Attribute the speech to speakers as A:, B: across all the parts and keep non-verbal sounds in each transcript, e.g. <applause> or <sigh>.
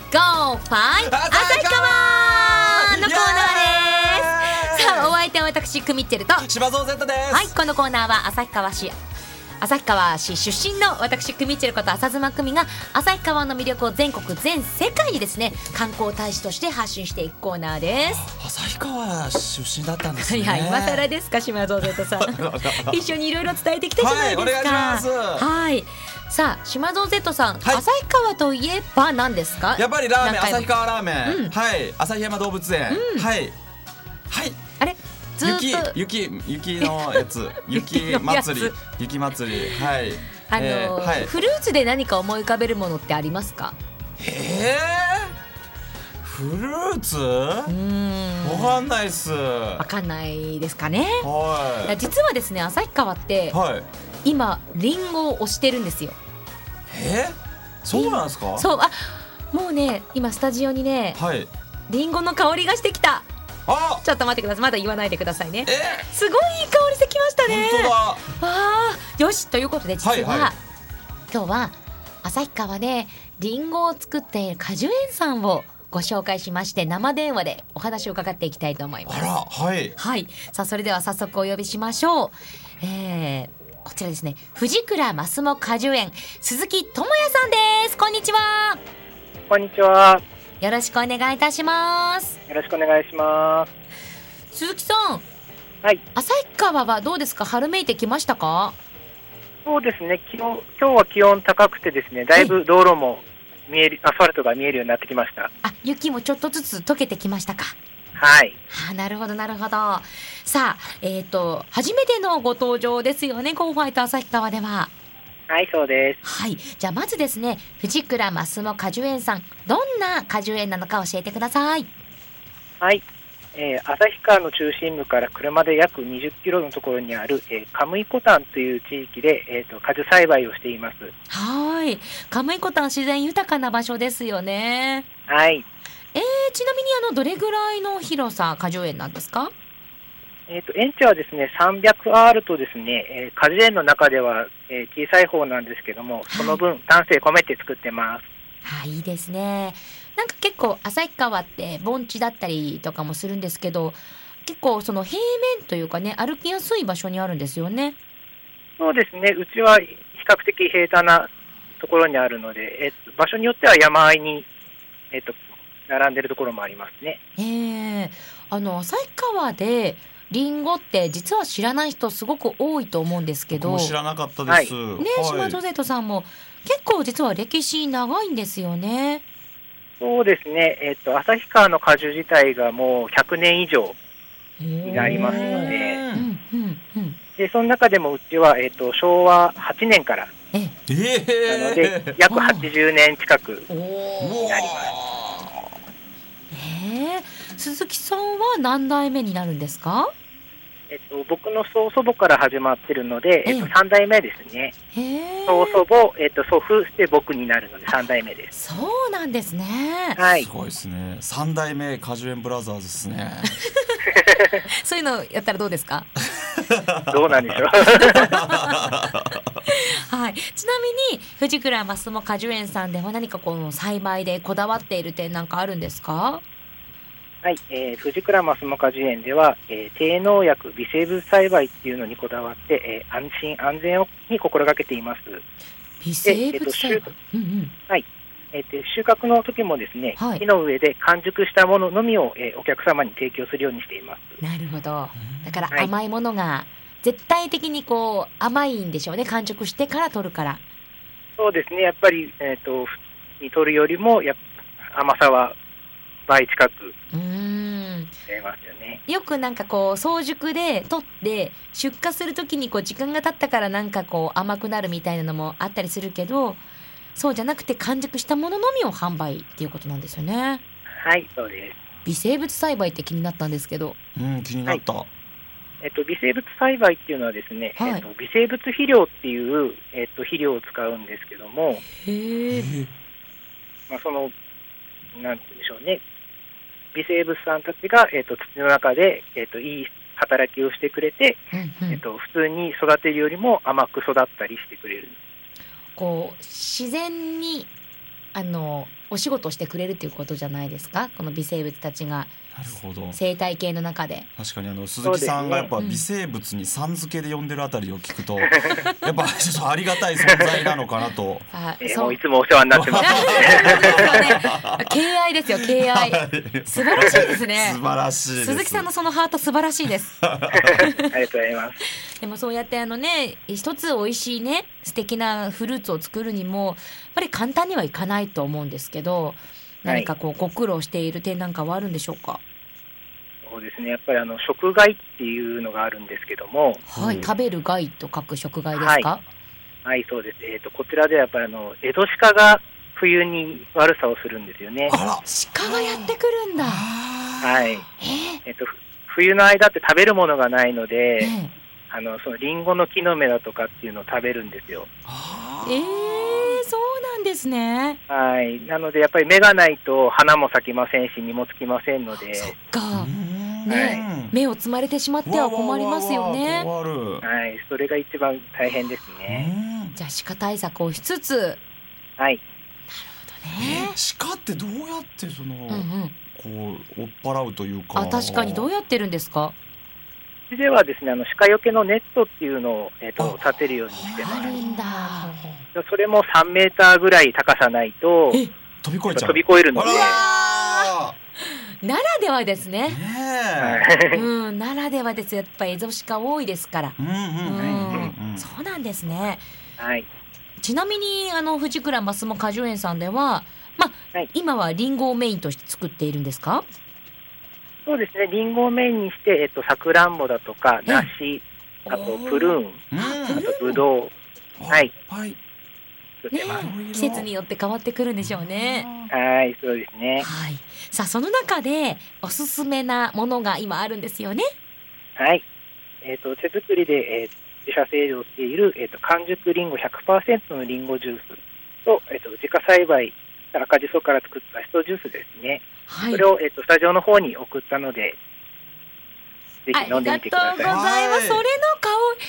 A: ファイン旭川のコーナーで
B: 旭イエーイ
A: すさあお相手は私クミッチェルとは
B: 芝蔵 Z です
A: いこのコーナーは旭川市旭川市出身の私クミッチェルこと浅妻久美が旭川の魅力を全国全世界にですね観光大使として発信していくコーナーです
B: 旭川出身だったんですね
A: いや今更ですか島蔵瀬さ
B: <laughs>
A: ん一緒にいろいろ伝えてきたじゃないですか
B: はいお願いします
A: はいさあ島蔵瀬さん、
B: はい
A: 旭川といえば何ですか
B: やっぱりラーメン
A: 何回も
B: 旭川ラーメン、
A: うん
B: はい旭山動物園、はいはい
A: あれずーっと
B: 雪雪雪のやつ雪
A: <laughs> 雪のやつ
B: 祭り雪祭りはい
A: あのー
B: えーはい
A: フルーツで何か思い浮かべるものってありますか
B: えー、フルーツ
A: うーん
B: わかんないっす
A: わ
B: は
A: かんないですかねいや
B: い
A: 実はですね旭川って
B: はい
A: 今リンゴを推してるんですよ
B: えー、そうなんですか
A: そうあもうね今スタジオにね
B: はい
A: リンゴの香りがしてきた
B: あ
A: ちょっと待ってくださいまだ言わないでくださいね
B: えー
A: すごいいい香りしてきましたね
B: 本当だ
A: わあよしということで実は、
B: はいはい
A: 今日は旭川でリンゴを作っている果樹園さんをご紹介しまして生電話でお話を伺っていきたいと思いま
B: あ
A: す
B: らはい
A: はいさあそれでは早速お呼びしましょう、えー、こちらですね藤倉マスモ果樹園鈴木智也さんですこんにちは
C: こんにちは。
A: よろしくお願いいたします
C: よろしくお願いします。
A: 鈴木さん
C: はい。
A: 旭川はどうですか春めいてきましたか
C: そうですね。気温今日は気温高くてですね、だいぶ道路も見える、アスファルトが見えるようになってきました。
A: あ雪もちょっとずつ溶けてきましたか
C: はい。
A: あなるほどなるほどさあえっ、と初めてのご登場ですよねコンファイト旭川では
C: はい、そうです。
A: はいじゃあまずですね藤倉マスモ果樹園さんどんな果樹園なのか教えてください
C: はい。えー、旭川の中心部から車で約20キロのところにある、えー、カムイコタンという地域で、えー、と果樹栽培をしています。
A: はい亀井湖たん自然豊かな場所ですよね
C: はい。
A: えちなみにあのどれぐらいの広さ果樹園なんですか
C: えー、と園地はですね 300R とですね、えー、果樹園の中では、えー小さい方なんですけども、その分丹精込めて作ってます。
A: はいいいですねなんか結構旭川って盆地だったりとかもするんですけど結構その平面というかね歩きやすい場所にあるんですよね
C: そうですね、うちは比較的平坦なところにあるので、えっと、場所によっては山あいに、えっと、並んでるところもありますね。
A: ええあの旭川でリンゴって実は知らない人すごく多いと思うんですけ
B: 僕
A: ど
B: も
A: ね
B: 知らなかったです、
A: 島女生徒さんも結構実は歴史長いんですよね。
C: そうですね、えっと、旭川の果樹自体がもう100年以上
A: に
C: なりますの
A: ね。
C: で
A: う
B: うん
A: んうんうん。
C: で、その中でもうちは、えっと、昭和8年から
A: ええ、
B: え
C: なので、
B: え
C: 約80年近く。
A: おお。
B: うわ
C: なりま
A: ええ鈴木さんは何代目になるんですか？
C: えっと、僕の曽祖母から始まってるので、えっと、
A: ええ
C: 3代目ですね。
A: へえ。
C: 曽祖母、えっと、祖父、で僕になるので3代目です。
A: そうなんですね。
C: はい
B: す。ごいですね三代目果樹園ブラザーズです <laughs> ね
A: そういうのやったらどうですか？
C: どうなんでしょう。
A: はい、ちなみに藤倉マスモ果樹園さんでは何かこの栽培でこだわっている点なんかあるんですか
C: はい、えー、藤倉マスモ果樹園では、えー低農薬、微生物栽培っていうのにこだわって、えー安心安全をに心がけています。
A: 微生物
C: え
A: 栽
C: っと
A: 培、うんうん、
C: えーで収穫の時もですね、
A: はい
C: 木の上で完熟したもののみを、えーお客様に提供するようにしています。
A: なるほどだか
C: は
A: ら
C: い
A: 甘いものが絶対的にこう甘いんでしょうね完熟してから取るから
C: そうですね、やっぱり、えっ、と、ふに取るよりも、やっ甘さは倍近く
A: うーん
C: 出ますよね。
A: よくなんかこう早熟で取って出荷する時にこう時間が経ったからなんかこう甘くなるみたいなのもあったりするけどそうじゃなくて完熟したもののみを販売っていうことなんですよね
C: はい、そうです。
A: 微生物栽培って気になったんですけど
B: うん気になった、
C: えっと、微生物栽培っていうのはですね、
A: はい
C: えっと、微生物肥料っていう、えっと、肥料を使うんですけども、
A: へ
B: え
A: え
B: ー
C: まあ、その、なんて言うんでしょうね、微生物さんたちが、えっと土の中で、えっといい働きをしてくれて、
A: うんう
C: え
A: ん
C: っと普通に育てるよりも甘く育ったりしてくれる。
A: こう自然にあのお仕事をしてくれるということじゃないですかこの微生物たちが
B: なるほど
A: 生態系の中で
B: 確かにあの鈴木さんがやっぱ
A: そうで
B: 微
A: す
B: 生物にさん付けで呼んでるあたりを聞く <laughs> とやっぱちょっとありがたい存在なのかなと
A: あ
C: えー
A: <laughs> そ
C: も
A: う
C: ういつもお世話になってます。
A: そうね敬愛ですよ敬愛素晴らしいですね
B: <laughs> 素晴らしいです
A: 鈴木さんのそのハート素晴らしいです
C: ありがとうございます。
A: でもそうやってあのね一つ美味しいね素敵なフルーツを作るにもやっぱり簡単にはいかないと思うんですけど何かこうご苦労している点なんかはあるんでしょうか
C: そうですね。やっぱりあの食害っていうのがあるんですけども、
A: は
B: う
A: い
B: ん
A: 食べる害と書く食害ですか
C: はい、そうです。えっ、とこちらではやっぱりあのエドシカが冬に悪さをするんですよね。
B: あら
A: 鹿がやってくるんだ
B: は
C: はい。
A: え
C: えっ、とふ冬の間って食べるものがないので、
A: え
C: あのそのリンゴの木の芽だとかっていうのを食べるんですよ。
A: ええそうなんですね
C: はい。なのでやっぱり芽がないと花も咲きませんし実もつきませんので、
A: そっか
C: ね
A: 目を摘まれてしまっては困りますよね
B: 困る
C: はい。それが一番大変ですね。
B: うん
A: じゃあ鹿対策をしつつ
C: はい。
A: ね
B: 鹿ってどうやってその
A: うんうん
B: こう追っ払うというか
A: あ確かにどうやってるんですか
C: うちではですね、あの鹿よけのネットっていうのを、えっと
B: あ
C: 立てるようにしてま
A: あるんだ
C: す。それも3メーターぐらい高さないと
A: え
B: 飛び越
C: やっ
B: え
C: ぱ
B: ちゃう
C: 飛び越えるので、
B: あ
A: ならではです
B: らー
A: ね
B: ねえ
C: はい
A: うんならではですやっぱエゾシカ多いですから
B: うんうんうんうんうん
A: そうなんですね
C: はい、
A: ちなみにあの藤倉マスモ果樹園さんではまあ、
C: はい
A: 今はリンゴをメインとして作っているんですか
C: そうですね、リンゴをメインにして、えっと、さくらんぼだとか、梨、あとプル
B: う
C: ーン、
B: ん
C: あとぶどうはい
B: はい
C: 作
A: ね
C: ってます。
B: いろいろ
A: 季節によって変わってくるんでしょうね。
C: はい、そうですね。
A: はい。さあその中でおすすめなものが今あるんですよね。
C: はい。えっと、手作りで、えー自社製造している、えっと、完熟リンゴ100%のリンゴジュースと、えっと、自家栽培、赤じそから作ったシソジュースですね。
A: はい。
C: それを、えっと、スタジオの方に送ったので、ぜ
A: あ
C: ひ飲ん
A: り
C: で
A: が
C: み
A: と
C: て
A: う
C: くだ
A: ご
C: さい。
A: ざいます。
B: はい
A: それの香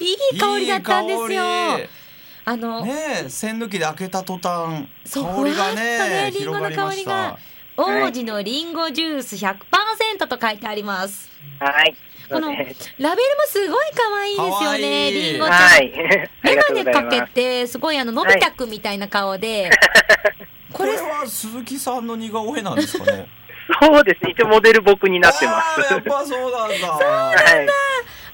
A: りいい香りだったんですよ。
B: いい香
A: あの、
B: りねえ栓抜きで開けた途端
A: そう
B: 香りが
A: ふわっと
B: ね
A: ねリンゴの
B: 広がりました
A: 香王子のリンゴジュース100%と書いてあります。
C: はい。
A: この
C: そうで
A: ラ
C: す
A: ベルもすごい可愛いですよね。
B: 可愛い
A: リンゴちゃん
C: はい。 <laughs> あ
A: メ
C: りが
A: ガ
C: とうご
A: ネ
C: ざい
A: か
C: ます
A: け。てすごいあののび太くんみたいな顔で、こ
B: こ
A: れ
B: れは鈴木さんの似顔絵なんですかね
C: そうですね。一応モデル僕になってま
B: あー
C: す。
B: やっぱそう
A: <laughs>
B: なんだ
C: はい。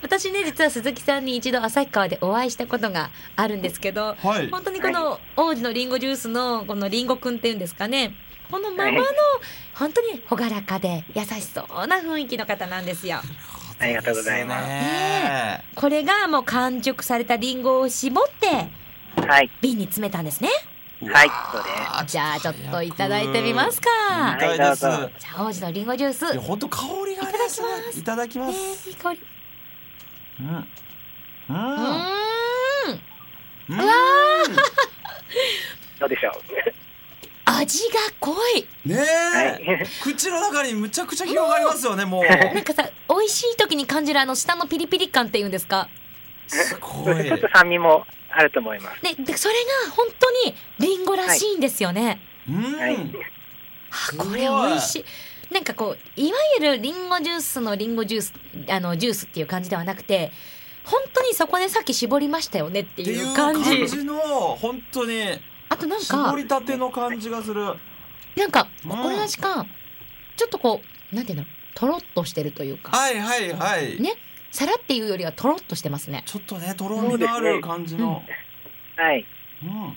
A: 私ね実は鈴木さんに一度旭川でお会いしたことがあるんですけど
B: はい
A: 本当にこの王子のリンゴジュースのこのリンゴくんっていうんですかねこのままの
C: はい
A: 本当に朗らかで優しそうな雰囲気の方なんですよ。
C: ありがとうございます
B: ねえ
A: これがもう完熟されたリンゴを絞って
C: はい。
A: 瓶に詰めたんですね。
B: うわ
C: はい
B: ー。
C: そうです。
A: じゃあちょっといただいてみますか。
B: 飲みたいです、
C: はいどう
A: じゃあ王子のリンゴジュース。
B: いや
A: ね
B: 本当香りがねいただきます
A: いい香り。
B: うん
A: う
B: うん
A: ーん。
B: うん
A: うわ
C: どうでしょ
A: 味が濃い。
B: ねえ、
C: う。はい。
B: 口の中にむちゃくちゃ広がりますよねもう <laughs>
A: なんかさ美味しい時に感じるあの舌のピリピリ感っていうんですか。
B: す
C: そ
B: ご
C: し
B: い
C: て <laughs> ちょっと酸味もあると思います。
A: ねでそれが本当にリンゴらしいんですよね。
B: うん、
C: はい。
A: あこれ美味しい。なんかこういわゆるリンゴジュースのリンゴジュースあのジュースっていう感じではなくて。本当にそこでさっき絞りましたよねって
B: って
A: い
B: いうう
A: 感
B: 感
A: じ。
B: じの本当に
A: あとなんか
B: 絞、りたての感じがする
A: なんか、
B: うん
A: 心なしか、ちょっとこう、なんていうの、とろっとしてるというか、
B: はいはいはい、
A: ねさらっていうよりはとろっとしてますね。
B: ちょっとねとろみのある感じの、
C: はい。
B: うん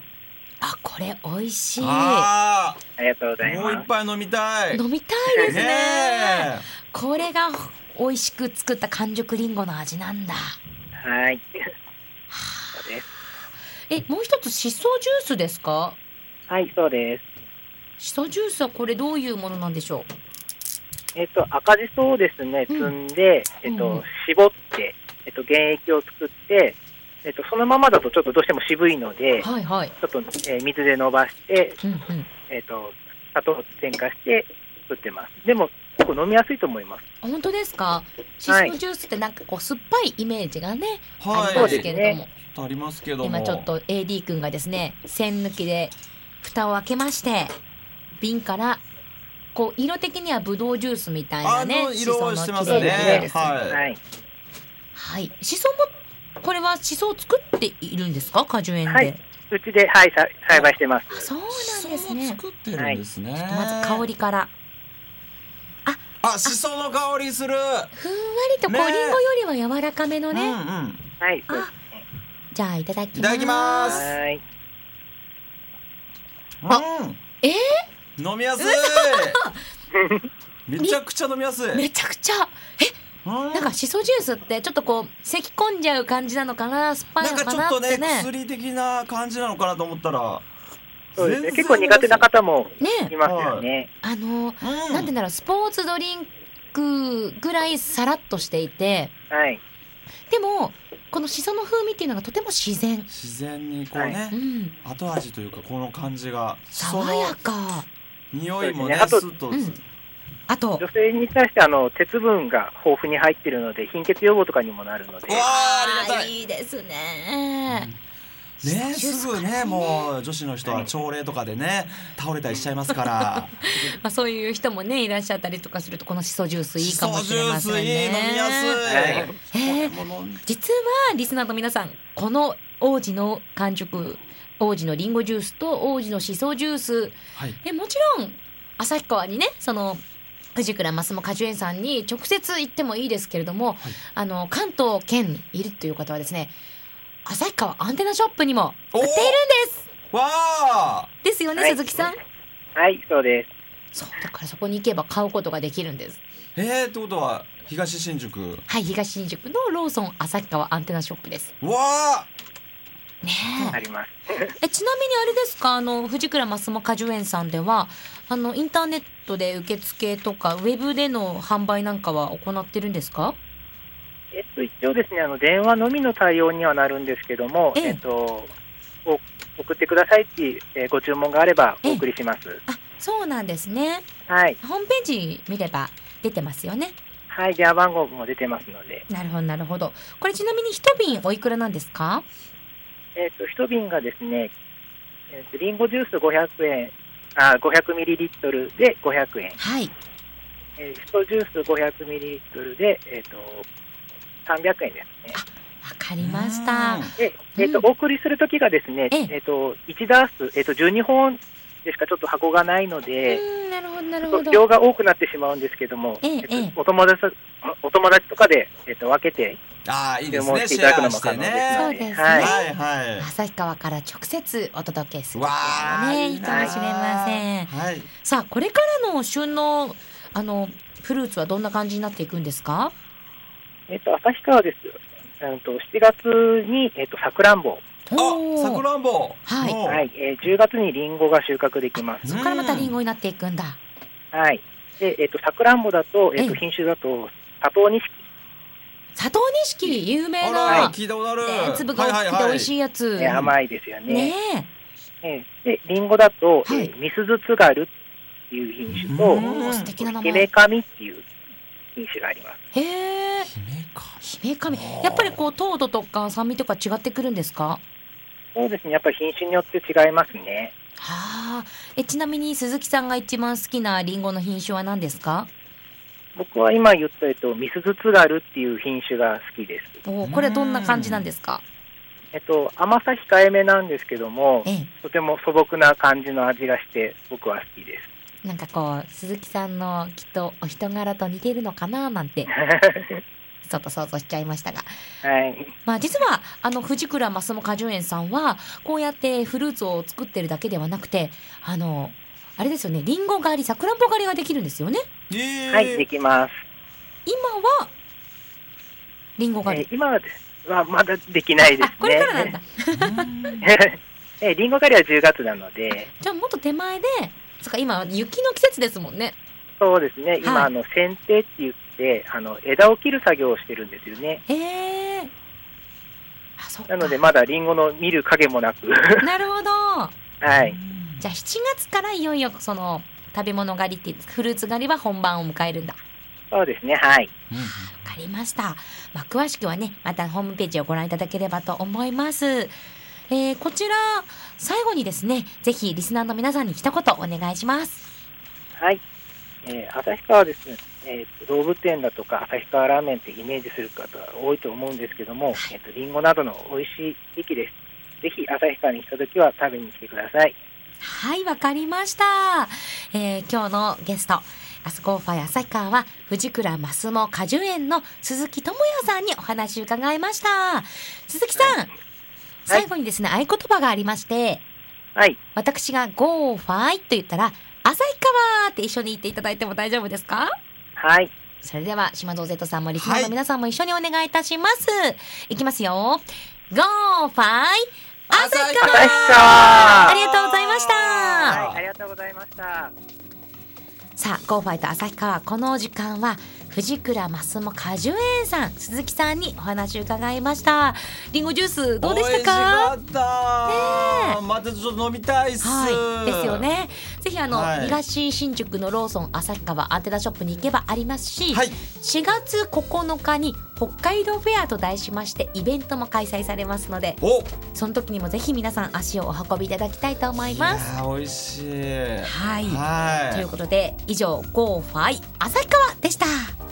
A: あ、これ美味しい。
B: あ
C: ありがとうござい
B: ーも
C: ま
B: う
C: す
B: 一。杯飲みたい
A: 飲みたいですね。
B: ね
A: これが美味しく作った完熟りんごの味なんだ。
C: はい。そうです。
A: え、もう一つしそジュースですか？
C: はい、そうです。
A: しそジュースはこれどういうものなんでしょ
C: えっと、赤じそをですね、
A: う
C: 摘
A: ん
C: んで、えっ
A: うん
C: と、絞って、えっと、原液を作って、えっと、そのままだとちょっとどうしても渋いの
A: う？
C: で、ち
A: はいはい。
C: ょっと、えー水で伸ばして、
A: うんうん。
C: えっと、砂糖を添加して作ってます。でも、結構飲みやすいと思います。
A: あ本当ですか？しそジュースってなんかこう酸っぱいイメージがね、
B: は
A: あり
B: い
C: そ
A: ま
C: う
A: す
C: で
A: け
B: ち
C: す
B: ょ
A: れども、
B: っとありますけども
A: 今ちょっと AD 君がですね、栓抜きで蓋を開けまして瓶からこう色的にはブドウジュースみたいなね
B: あの色はしてますね
A: シソの綺麗な色です
B: はい
C: はい。
A: はいシソもこれはシソを作っているんですか果樹園で、
C: はいいうちで、はい、さ栽培してます。
A: あそうなんです
B: シソを
A: ね
B: 作ってるんですね。
A: まず香り。から
B: あ、シソの香りする。
A: ふんわりとこう、
B: ね
A: りんごよりは柔らかめのね、
B: うんうん。
C: はい。そう
A: あじゃあいただきます
B: いただきま
C: ですすねはい。
B: うん。
A: え
B: 飲みやすい。めちゃくちゃ飲みやすい。
A: めちゃくちゃ
B: うん
A: なんかシソジュースってちょっとこう咳込んじゃう感じなのかな酸っぱい
B: なん
A: の
B: か
A: か
B: ちょっ
A: な
B: と
A: って
B: ね
A: ねね
B: 薬的な感じなのかなと思ったら
C: そうですね。結構苦手な方もいますよね。
A: あの
B: うん
A: なんて言うんだろうスポーツドリンクぐらいさらっとしていて
C: はい。
A: でもこのシソの風味っていうのがとても自然、
B: 自然にこう
A: う
B: ね
A: ん、
B: 後味というかこの感じがそ
A: 爽
B: の
A: やか
B: 匂いもね
C: そうですねあ
B: ス
C: と
A: うんあと
B: ッと
C: 女性に対して、あの、鉄分が豊富に入っているので、貧血予防とかにもなるので
B: う。わーありが
A: あ
B: た
A: ー
B: い
A: いいですね、
B: ねすぐねもう女子の人は朝礼とかでね倒れたりしちゃいます
A: <laughs>
B: から
A: まあ、そういう人もねいらっしゃったりとかするとこのシソジュースいい
B: シ
A: か
B: ソ
A: もし
B: ジ
A: れ
B: ュー
A: ま
B: ス
A: せんね
B: いい飲みや
C: はい
B: すい
A: えー
B: これも飲ん
A: 実はリスナーの皆さんこの王子の完熟王子のリンゴジュースと王子のシソジュース
B: はい
A: えもちろん旭川にねその藤倉マスモ果樹園さんに直接行ってもいいですけれども、
B: はい
A: あの関東圏にいるという方はですね旭川アンテナショップにも売
B: お
A: ってい
B: ー
A: るんです
B: わあ
A: ですよね、
C: はい
A: 鈴木さん
C: はい、そうです。
A: そうだからそこに行けば買うことができるんです
B: えーってことは東新宿わ
A: はい東新宿のローソン旭川アンテナショップです
B: あ
A: ねえ
C: あります。
A: えちなみにあれですかあの藤倉マスモ果樹園さんではあのインターネットで受付とかウェブでの販売なんかは行ってるんですか
C: えっと、一応ですね、あの、電話のみの対応にはなるんですけども、
A: ええ
C: えっと、お送ってくださいって、えーご注文があればお送りします。
A: あそうなんですね
C: はい。
A: ホームページ見れば出てますよね
C: はい、電話番号も出てますので。
A: なるほどなるほどこれちなみに一瓶おいくらなんですか
C: えっ、と、一瓶がですね、えーとリンゴジュース500円、あ、500ミリリットルで500円、
A: はい
C: えー、シソジュース500ミリリットルで、えっ、と、300円ですね。
A: わかりました
C: で、えっ、と、
A: うん
C: お送りするときがですね、
A: え
C: え
A: え
C: っ、と、1ダース、えっ、と、12本でしかちょっと箱がないの
A: う
C: で、
A: んなるほどなる
C: そ
A: ほ
C: う量
A: ど
C: が多くなってしまうんですけども、
A: ええ
C: っと
A: ええ
C: お友達お友達とかで、えっと分けて
B: あーいいで
C: 注
B: す
C: 文
B: ね
C: してい
B: シ
C: ただく
B: ェ
C: の
B: ア
C: も
B: し
C: 可
B: て
C: 能です
B: ね
A: そ
C: の
A: うですね
C: はい
B: はいはい。
A: 旭川から直接お届けするっ
B: わ
A: ていうの
B: あ
A: はねいいかもしれません
B: はい。
A: さあこれからの旬のあのフルーツはどんな感じになっていくんですか
C: えっと旭川です。うんと7月にえっとさくらんぼ、
A: おー
B: あ、さくらんぼ。
A: はい
B: もう
C: はい、えー10月にリンゴが収穫できます。
A: そこからまたリン
B: うん
A: ゴになっていくんだ。
C: はい。でえっとさくらんぼだとえっと
A: ええ
C: 品種だと砂糖錦
A: 佐藤錦有名
B: あ
A: な、
B: ら、聞いたことある。
A: ね粒が大きくて美味しいやつ。
C: ね甘いですよね。
A: ね
C: ええでリンゴだと、え
A: はい
C: ーミスズツガルっていう品種
B: う
A: え。
B: ん
A: お
C: と
A: ー素敵な名
C: ヒメ
A: 前。
C: カミっていう品種があります。
A: へえ。
B: 姫か。
A: 姫神。やっぱりこう糖度とか酸味とか違ってくるんですか。
C: そうですね。やっぱり品種によって違いますね。
A: はあ。えちなみに鈴木さんが一番好きなリンゴの品種は何ですか。
C: 僕は今言った、えっと、ミスズツガルっていう品種が好きです。
A: おーこれはどんな感じなんですか。
C: えっと、甘さ控えめなんですけども、
A: ええ。
C: とても素朴な感じの味がして、僕は好きです。 <laughs>
A: なんかこう鈴木さんのきっとお人柄と似てるのかななんてちょっと想像しちゃいましたが。
C: はい。
A: まあ、実はあの藤倉マスモ果樹園さんはこうやってフルーツを作ってるだけではなくてあのあれですよねリンゴ狩りさくらんぼ狩りができるんですよね
B: ええ。
C: はい、できます。
A: 今はリンゴ狩
C: え
A: り、
C: 今はですはまだできないで
A: あ
C: すね。
A: これからなんだ
B: うん
C: <laughs> えリンゴ狩りは10月なので、
A: じゃあもっと手前でそっか今雪の季節ですもんね
C: そうですね。今、
A: はい
C: あの、剪定って言って、あの、枝を切る作業をしてるんですよね。
A: へえあそっか
C: なので、まだリンゴの見る影もなく、
A: なるほど
C: <laughs> はい。。
A: じゃあ7月からいよいよその食べ物狩りっていうんですかフルーツ狩りは本番を迎えるんだ
C: <laughs> そうですね。はい。
B: うん
A: わかりました。まあ、詳しくはね、またホームページをご覧いただければと思います。えーこちら、最後にですね、ぜひリスナーの皆さんに一言お願いします。
C: はい。えー旭川はですね、えーと動物園だとか旭川ラーメンってイメージする方多いと思うんですけども、えっ、と、リンゴなどの美味しい地域です。ぜひ旭川に来た時は食べに来てください。
A: はい、わかりました。えー今日のゲスト、アスコーファイ旭川は、藤倉マスモ果樹園の鈴木智也さんにお話伺いました。鈴木さん、最後にですね、合言葉がありまして、
C: はい。
A: 私がゴーファイと言ったら、旭川って一緒に言っていただいても大丈夫ですか
C: はい。
A: それでは、島堂 Z さんもリスナーの皆さんも一緒にお願いいたします。い、きますよ。ゴーファイ
B: 旭
A: 旭
B: 川
A: 川
C: 川
A: ありがとうございました
B: は
C: はい。ありがとうございました。
A: さあ、ゴーファイと旭川、この時間は、藤倉ますも果樹園さん、鈴木さんにお話を伺いました。リンゴジュース、どうでしたか
B: 美味しかった。またちょっと飲みたいっす。
A: はい、ですよ。ね。ぜひあの、
B: はい
A: 東新宿のローソン旭川アンテナショップに行けばありますし、
B: はい。
A: 4月9日に北海道フェアと題しましてイベントも開催されますので、
B: お。
A: その時にもぜひ皆さん足をお運びいただきたいと思います。
B: やー美味しい。
A: はい
B: は
A: ということで以上ゴーファイ旭川でした。